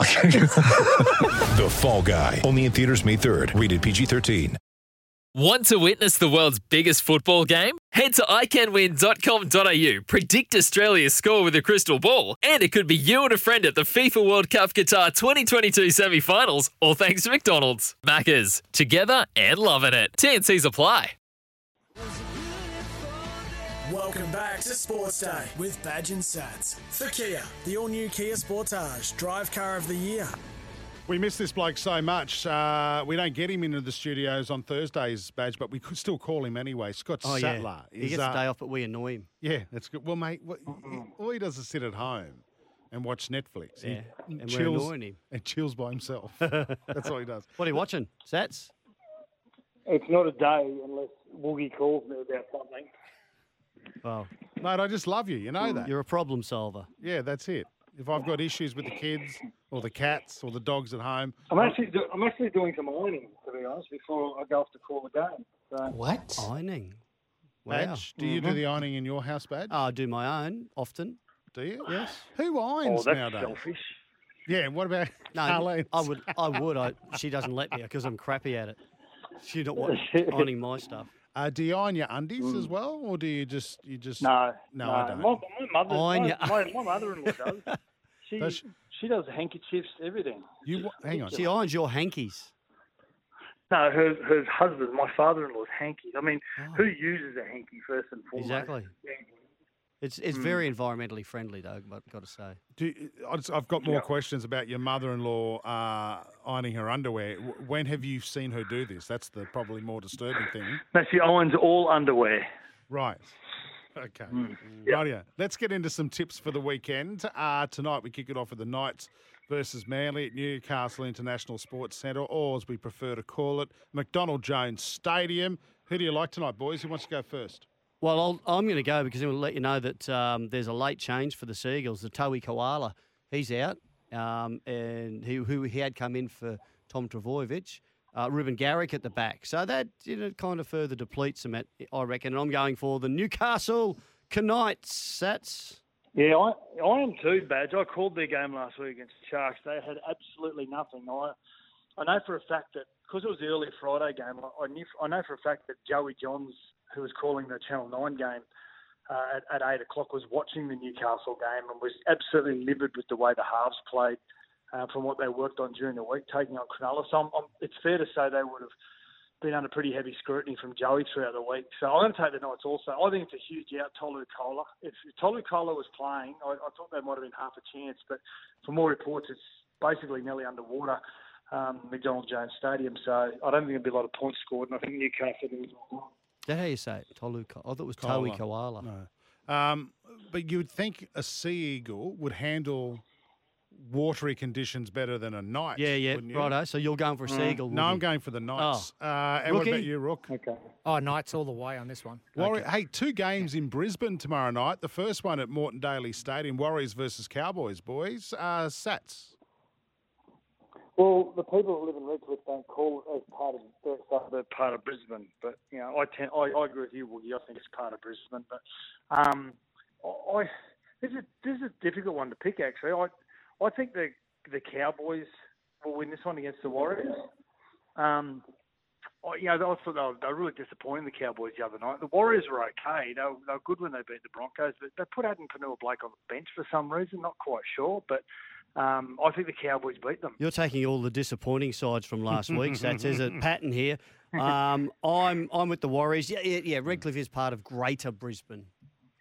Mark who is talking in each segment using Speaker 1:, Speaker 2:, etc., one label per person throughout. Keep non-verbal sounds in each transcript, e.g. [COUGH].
Speaker 1: The Fall Guy. Only in theaters May 3rd. Rated PG-13.
Speaker 2: Want to witness the world's biggest football game? Head to iCanWin.com.au, predict Australia's score with a crystal ball, and it could be you and a friend at the FIFA World Cup Qatar 2022 semi finals, all thanks to McDonald's. Maccas, together and loving it. TNC's apply.
Speaker 3: Welcome back to Sports Day with Badge and Sats. For Kia, the all new Kia Sportage, drive car of the year.
Speaker 4: We miss this bloke so much. Uh, we don't get him into the studios on Thursdays, badge, but we could still call him anyway. Scott Sattler.
Speaker 5: Oh, yeah. He
Speaker 4: is,
Speaker 5: gets
Speaker 4: uh,
Speaker 5: a day off, but we annoy him.
Speaker 4: Yeah, that's good. Well, mate, what, he, all he does is sit at home and watch Netflix.
Speaker 5: Yeah, and we're annoying him.
Speaker 4: And chills by
Speaker 5: [LAUGHS]
Speaker 4: himself. that's all he does.
Speaker 5: What are you watching? Sats?
Speaker 6: It's not a day unless Woogie calls me about something.
Speaker 5: Well,
Speaker 4: Mate, I just love you. You know that.
Speaker 5: you're a problem solver.
Speaker 4: Yeah, that's it. If I've got issues with the kids or the cats or the dogs at home,
Speaker 7: Oh.
Speaker 6: I'm actually do- I'm actually doing some ironing to be honest before I go off to call the game. So
Speaker 8: What?
Speaker 5: Ironing. Wow. Mm-hmm.
Speaker 4: badge, do you do the ironing in your house, badge?
Speaker 5: Oh, I do my own often.
Speaker 4: do you? Yes. Who irons
Speaker 6: oh, that's
Speaker 4: nowadays?
Speaker 6: selfish.
Speaker 4: Yeah. and What about
Speaker 5: No,
Speaker 4: Carlene's?
Speaker 5: I would. I would. I, she doesn't let me because I'm crappy at it.
Speaker 6: [LAUGHS]
Speaker 5: She don't want ironing my stuff.
Speaker 4: Uh, do you iron your undies as well, or do you just you just?
Speaker 6: No,
Speaker 4: No, I don't.
Speaker 6: My, my mother,
Speaker 5: Oh, and
Speaker 6: my,
Speaker 5: you-
Speaker 6: my, my mother-in-law
Speaker 4: [LAUGHS]
Speaker 6: does. She,
Speaker 4: Does she-
Speaker 6: she does handkerchiefs, everything.
Speaker 4: You wa- hang on.
Speaker 5: She irons your hankies.
Speaker 6: No, her her husband, my father-in-law's hanky. I mean,
Speaker 4: Oh.
Speaker 6: who uses a hanky first and foremost?
Speaker 5: Exactly. It's
Speaker 4: Hmm.
Speaker 5: it's very environmentally friendly though. But got to say,
Speaker 4: Do you, I just- I've got more questions about your mother-in-law uh, ironing her underwear. W- When have you seen her do this? That's the probably more disturbing thing.
Speaker 6: No, she irons all underwear.
Speaker 4: Right. Okay. Right here. Let's get into some tips for the weekend. Uh, tonight we kick it off with the Knights versus Manly at Newcastle International Sports Centre, or as we prefer to call it, McDonald Jones Stadium. Who do you like tonight, boys? Who wants to go first?
Speaker 5: well, I'll, I'm going to go because I'm going to let you know that um, there's a late change for the Seagulls. The Towie Koala, he's out, um, and he, who he had come in for Tom Travojevic. Uh, Ruben Garrick at the back, so that you know kind of further depletes them, at, I reckon. And I'm going for the Newcastle Knights. That's
Speaker 6: Yeah, I, I am too, Badge. I called their game last week against the Sharks. They had absolutely nothing. I, I know for a fact that because it was the early Friday game, I, I knew I know for a fact that Joey Johns, who was calling the Channel Nine game uh, at, at eight o'clock, was watching the Newcastle game and was absolutely livid with the way the halves played uh, from what they worked on during the week, taking on Cronulla. So I'm, I'm, it's fair to say they would have been under pretty heavy scrutiny from Joey throughout the week. So I'm going to take the Knights also. I think it's a huge out, Tolu Kola. If Tolu Kola was playing, I, I thought they might have been half a chance, but from all reports, it's basically nearly underwater, um, McDonald Jones Stadium. So I don't think there'll be a lot of points scored, and I think Newcastle will be
Speaker 5: is that how you say it? Tolu. Ko- I thought it was Towie Koala.
Speaker 4: Um, but you would think a sea eagle would handle watery conditions better than a knight.
Speaker 5: Yeah, yeah,
Speaker 4: wouldn't you? Hmm.
Speaker 5: righto. So you're going for a seagull?
Speaker 4: No, I'm
Speaker 5: Woogie.
Speaker 4: going for the knights. Uh, and what about
Speaker 5: Rookie?
Speaker 4: you, Rook?
Speaker 6: Okay.
Speaker 9: Oh, Knights all the way on this one.
Speaker 4: Warri- Hey, two games in Brisbane tomorrow night. The first one at Morton Daly Stadium, Warriors versus Cowboys, boys. Uh, Sats.
Speaker 6: Well, the people that live in Redcliffe don't call it as part of the suburb, part of Brisbane. But you know, I tend, I, I agree with you, Woogie. I think it's part of Brisbane. But um, I I- this is this is a difficult one to pick. Actually, I I think the the Cowboys will win this one against the Warriors. Um, I, you know, I thought they were, they were really disappointing the Cowboys the other night. The Warriors were okay. They were, they were good when they beat the Broncos, but they put Adam Panua Blake on the bench for some reason. Not quite sure, but um, I think the Cowboys beat them.
Speaker 5: You're taking all the disappointing sides from last week. so That's
Speaker 9: [LAUGHS]
Speaker 5: there's a pattern here. Um, I'm I'm with the Warriors. Yeah, yeah, yeah. Redcliffe is part of Greater Brisbane.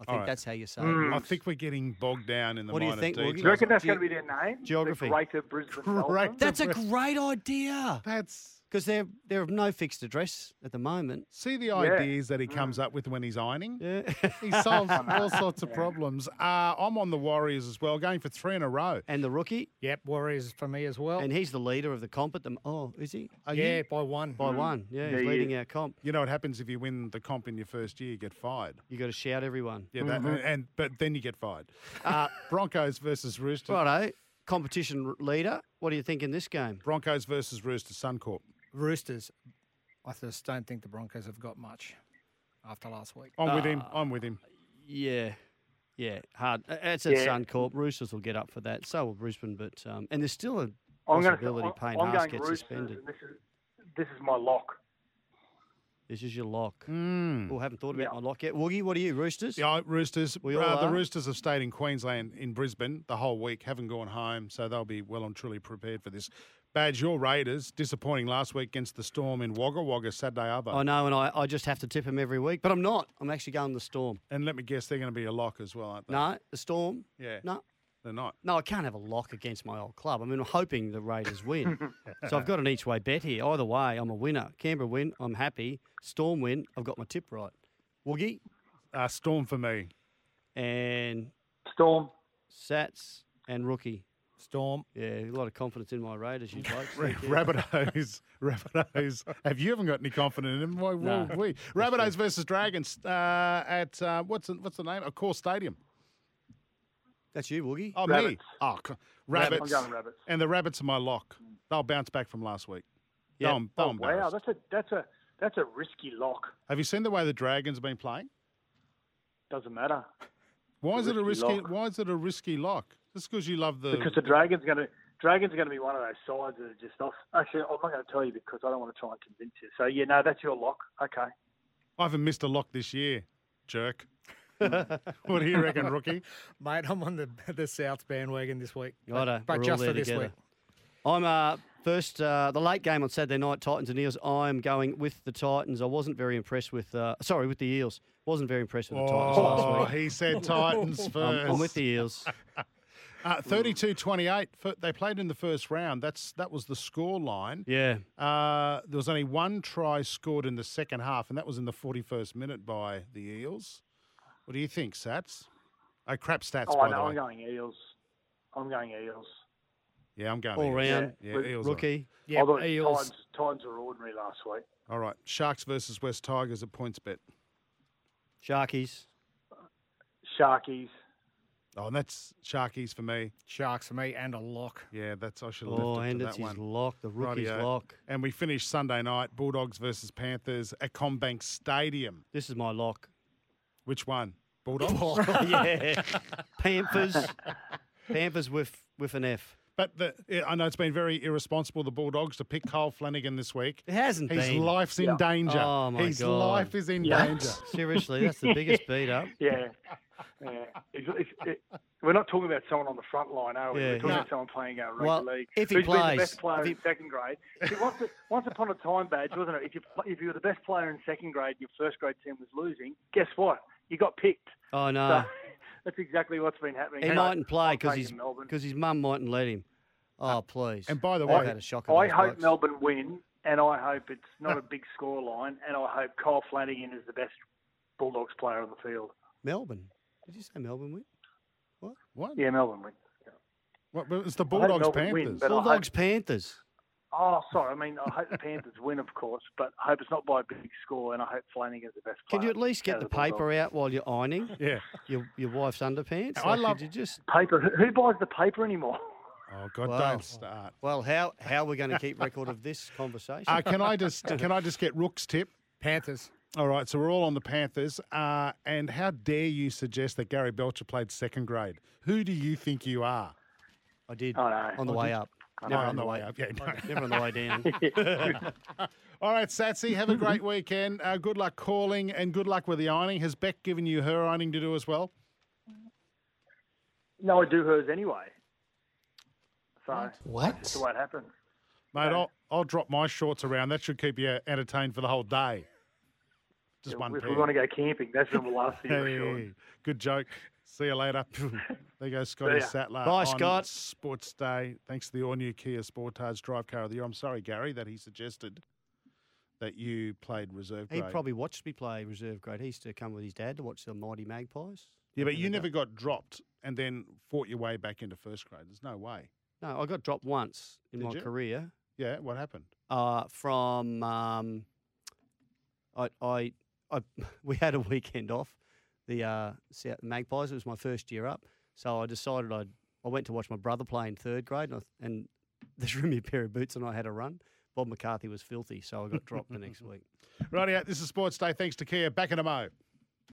Speaker 5: I think
Speaker 4: right.
Speaker 5: that's how you say it.
Speaker 9: Mm,
Speaker 4: I think we're getting bogged down in the
Speaker 5: What do you
Speaker 4: minor
Speaker 5: think, Woogie?
Speaker 6: Do Mm. you
Speaker 4: details.
Speaker 6: reckon that's
Speaker 5: Ge-
Speaker 6: going to be their name?
Speaker 5: [LAUGHS] geography.
Speaker 6: The Greater Brisbane.
Speaker 4: Great.
Speaker 6: Dolphins?
Speaker 5: That's a great idea.
Speaker 4: That's
Speaker 5: because they're they're of no fixed address at the moment. [LAUGHS]
Speaker 4: See the ideas that he
Speaker 6: Mm.
Speaker 4: comes up with when he's ironing?
Speaker 5: Yeah.
Speaker 4: He solves
Speaker 5: [LAUGHS]
Speaker 4: all sorts of problems. Uh, I'm on the Warriors as well, going for three in a row.
Speaker 5: and the rookie,
Speaker 9: Yep, Warriors for me as well.
Speaker 5: and he's the leader of the comp at the. m- Oh, is he?
Speaker 4: Are
Speaker 9: yeah, Mm.
Speaker 4: you,
Speaker 9: by one.
Speaker 5: By one, yeah,
Speaker 6: Yeah,
Speaker 5: he's
Speaker 6: yeah.
Speaker 5: leading our comp.
Speaker 4: you know what happens if you win the comp in your first year, you get fired.
Speaker 5: You got to shout everyone.
Speaker 4: Yeah, that,
Speaker 5: Mm-hmm.
Speaker 4: and but then you get fired. Uh, Broncos versus Roosters.
Speaker 5: Righto, competition r- leader. What do you think in this game?
Speaker 4: Broncos versus Roosters Suncorp.
Speaker 9: Roosters. I just don't think the Broncos have got much after last week.
Speaker 4: I'm with
Speaker 5: Ah.
Speaker 4: him. I'm with him.
Speaker 5: Yeah, yeah, hard. Uh, It's at
Speaker 6: Yeah.
Speaker 5: Suncorp. Roosters will get up for that. So will Brisbane, but um, and there's still a
Speaker 6: I'm going
Speaker 5: possibility
Speaker 6: to.
Speaker 5: Payne
Speaker 6: I'm
Speaker 5: Haas
Speaker 6: going
Speaker 5: gets
Speaker 6: Roosters,
Speaker 5: suspended.
Speaker 6: and This is this is my lock.
Speaker 5: This is your lock.
Speaker 4: Mm.
Speaker 5: Oh, haven't thought about
Speaker 6: Yeah.
Speaker 5: my lock yet. Woogie, what are you? Roosters.
Speaker 4: Yeah, Roosters.
Speaker 5: We all
Speaker 4: uh, the
Speaker 5: are.
Speaker 4: Roosters have stayed in Queensland, in Brisbane, the whole week, haven't gone home, so they'll be well and truly prepared for this. Badge, your Raiders, disappointing last week against the Storm in Wagga Wagga Saturday Arvo.
Speaker 5: I know, and I, I just have to tip him every week, but I'm not. I'm actually going the Storm.
Speaker 4: And let me guess, they're going to be a lock as well, aren't they?
Speaker 5: No, the Storm.
Speaker 4: Yeah.
Speaker 5: No,
Speaker 4: They're not.
Speaker 5: no, I can't have a lock against my old club. I mean, I'm hoping the
Speaker 6: [LAUGHS]
Speaker 5: Raiders win. so I've got an each way bet here. Either way, I'm a winner. Canberra win, I'm happy. Storm win, I've got my tip right. Woogie
Speaker 4: Uh, Storm for me.
Speaker 5: and
Speaker 6: Storm.
Speaker 5: Sats and Rookie.
Speaker 9: Storm.
Speaker 5: Yeah, a lot of confidence in my Raiders, you blokes.
Speaker 4: Ra-
Speaker 5: Thank
Speaker 4: [LAUGHS]
Speaker 5: you.
Speaker 4: Rabbitohs, Rabbitohs. Have you haven't got any confidence in them? Why
Speaker 5: No.
Speaker 4: would we? Rabbitohs versus Dragons uh, at uh, what's the, what's the name? Of course, Stadium.
Speaker 5: That's you, Woogie.
Speaker 4: Oh me.
Speaker 6: Rabbits.
Speaker 4: Oh, c-
Speaker 6: Rabbits.
Speaker 4: rabbits.
Speaker 6: I'm going rabbits.
Speaker 4: And the rabbits are my lock. They'll bounce back from last week.
Speaker 5: Yeah.
Speaker 4: They'll, they'll
Speaker 6: Oh, wow,
Speaker 4: embarrass.
Speaker 6: that's a that's a that's a risky lock.
Speaker 4: Have you seen the way the Dragons have been playing?
Speaker 6: Doesn't matter
Speaker 4: Why is it a
Speaker 6: risky
Speaker 4: risky?
Speaker 6: lock.
Speaker 4: Why is it a risky lock? Just because you love the.
Speaker 6: because the dragons going to dragons going to be one of those sides that are just off. Actually, I'm not going to tell you because I don't want to try and convince you. So yeah, no, that's your lock. Okay.
Speaker 4: I haven't missed a lock this year, jerk. [LAUGHS] what do you reckon, rookie?
Speaker 9: Mate, I'm on the the South bandwagon this week.
Speaker 5: Got
Speaker 9: but,
Speaker 5: it.
Speaker 9: but
Speaker 5: We're all
Speaker 9: just
Speaker 5: there
Speaker 9: for this
Speaker 5: together.
Speaker 9: week.
Speaker 5: I'm uh, first, uh, the late game on Saturday night, Titans and Eels. I'm going with the Titans. I wasn't very impressed with, uh, sorry, with the Eels. Wasn't very impressed with the Titans last
Speaker 4: Oh,
Speaker 5: week. Um,
Speaker 4: he said Titans 1st
Speaker 5: I'm, I'm with the Eels.
Speaker 4: Uh, 32-28. fir- They played in the first round. That's that was the score line.
Speaker 5: Yeah.
Speaker 4: Uh, there was only one try scored in the second half, and that was in the forty-first minute by the Eels. What do you think, Sats? Oh, crap stats.
Speaker 6: oh,
Speaker 4: by
Speaker 6: I know. I'm
Speaker 4: the way.
Speaker 6: going eels. I'm going eels.
Speaker 4: Yeah, I'm going
Speaker 5: All
Speaker 4: Eels.
Speaker 5: round.
Speaker 4: Yeah, Eels. are-
Speaker 5: Rookie.
Speaker 9: Yeah,
Speaker 6: Although
Speaker 9: Eels.
Speaker 6: Titans, Titans were ordinary last week.
Speaker 4: All right. Sharks versus West Tigers at points bet.
Speaker 5: Sharkies.
Speaker 6: Sharkies.
Speaker 4: Oh, and that's Sharkies for me.
Speaker 9: Sharks for me and a lock.
Speaker 4: Yeah, that's I should have
Speaker 5: Oh,
Speaker 4: left it
Speaker 5: and
Speaker 4: to
Speaker 5: it's
Speaker 4: that
Speaker 5: his
Speaker 4: one.
Speaker 5: lock. The rookie's
Speaker 4: Rightio.
Speaker 5: lock.
Speaker 4: And we finished Sunday night Bulldogs versus Panthers at Combank Stadium.
Speaker 5: This is my lock. [LAUGHS]
Speaker 4: Which one? Bulldogs.
Speaker 9: [LAUGHS]
Speaker 5: yeah. Panthers. Panthers with, with an F.
Speaker 4: But the, I- I know it's been very irresponsible, the Bulldogs, to pick Kyle Flanagan this week.
Speaker 5: It hasn't
Speaker 4: His
Speaker 5: been.
Speaker 4: life's in
Speaker 6: Yeah.
Speaker 4: danger.
Speaker 5: Oh, my
Speaker 4: His
Speaker 5: God.
Speaker 4: life is in
Speaker 6: Yeah.
Speaker 4: danger.
Speaker 5: Seriously, that's
Speaker 4: [LAUGHS]
Speaker 5: the biggest beat up.
Speaker 6: Yeah. [LAUGHS] yeah. It's, it's, it, we're not talking about someone on the front line, are we?
Speaker 5: Yeah,
Speaker 6: we're talking
Speaker 5: yeah.
Speaker 6: about someone playing our rugby
Speaker 5: Well,
Speaker 6: league.
Speaker 5: if he
Speaker 6: who's been
Speaker 5: plays,
Speaker 6: the best player
Speaker 5: if he-
Speaker 6: in second grade. See, once, once upon a time, badge, wasn't it? If you if you were the best player in second grade, your first grade team was losing. Guess what? You got picked.
Speaker 5: Oh, no.
Speaker 6: So [LAUGHS] that's exactly what's been happening.
Speaker 5: He
Speaker 6: Hey,
Speaker 5: mightn't play
Speaker 6: I'll
Speaker 5: because
Speaker 6: take
Speaker 5: his
Speaker 6: him, Melbourn.
Speaker 5: because his mum mightn't let him. Oh please!
Speaker 4: Uh, and by the
Speaker 5: I've
Speaker 4: way-
Speaker 5: had a shock.
Speaker 6: I hope Melbourne win, and I hope it's not a big score line, and I hope Kyle Flanagan is the best Bulldogs player on the field.
Speaker 5: Melbourne. Did you say Melbourne win?
Speaker 4: What?
Speaker 6: Yeah, Melbourne win.
Speaker 4: what? but It's
Speaker 6: I
Speaker 4: the
Speaker 6: hope
Speaker 4: Bulldogs
Speaker 6: Melbourne win,
Speaker 4: Panthers.
Speaker 6: but I hope-
Speaker 5: Bulldogs Panthers.
Speaker 6: Oh, sorry. I mean, I hope the Panthers win, of course, but I hope it's not by a big score, and I hope Flanagan's the best player.
Speaker 5: Can you at least get
Speaker 6: out
Speaker 5: the
Speaker 6: of Bulldogs.
Speaker 5: paper out while you're ironing
Speaker 4: yeah.
Speaker 5: your your wife's underpants?
Speaker 4: I
Speaker 5: Like,
Speaker 4: love-
Speaker 5: Could you just
Speaker 6: Paper. Who- Who buys the paper anymore? [LAUGHS]
Speaker 4: Oh God,
Speaker 5: Wow.
Speaker 4: don't start.
Speaker 5: well, how how are we going to keep record of this conversation?
Speaker 4: Uh, can I
Speaker 5: [LAUGHS]
Speaker 4: just can I just get Rook's tip?
Speaker 9: Panthers.
Speaker 4: All right, so we're all on the Panthers. Uh, and how dare you suggest that Gary Belcher played second grade? Who do you think you are?
Speaker 5: I did
Speaker 6: Oh, no.
Speaker 5: on the way up. Never
Speaker 4: Oh, on the way up. Yeah, no.
Speaker 5: Never on the way down.
Speaker 4: [LAUGHS] All right, Satsy, have a
Speaker 5: [LAUGHS]
Speaker 4: great weekend. Uh, good luck calling and good luck with the ironing. Has Beck given you her ironing to do as well?
Speaker 6: No, I do hers anyway. So that's
Speaker 7: What?
Speaker 6: the way it happens.
Speaker 4: Mate, I'll, I'll drop my shorts around. That should keep you entertained for the whole day. Just one
Speaker 6: if
Speaker 4: pair.
Speaker 6: we want to go camping, that's when we'll ask you. for sure.
Speaker 4: Hey, good joke. See you later. [LAUGHS] there goes Scotty
Speaker 6: ya.
Speaker 4: Sattler.
Speaker 5: Bye,
Speaker 4: on
Speaker 5: Scott.
Speaker 4: Sports Day. Thanks to the all new Kia Sportage Drive Car of the Year. I'm sorry, Gary, that he suggested that you played reserve
Speaker 5: He
Speaker 4: grade.
Speaker 5: probably watched me play reserve grade. He used to come with his dad to watch the Mighty Magpies.
Speaker 4: yeah, but
Speaker 5: Something
Speaker 4: you
Speaker 5: like
Speaker 4: never
Speaker 5: that.
Speaker 4: got dropped and then fought your way back into first grade. There's no way.
Speaker 5: No, I got dropped once in
Speaker 4: Did
Speaker 5: my
Speaker 4: you?
Speaker 5: career.
Speaker 4: Yeah, what happened?
Speaker 5: uh, from um, I, I, I [LAUGHS] we had a weekend off the uh, South Magpies. It was my first year up, so I decided I'd I went to watch my brother play in third grade, and, I, and [LAUGHS] they threw me a pair of boots, and I had a run. Bob McCarthy was filthy, so I got dropped
Speaker 4: [LAUGHS]
Speaker 5: the next week.
Speaker 4: Rightio, this is Sports Day. Thanks to Kia. Back in a mo.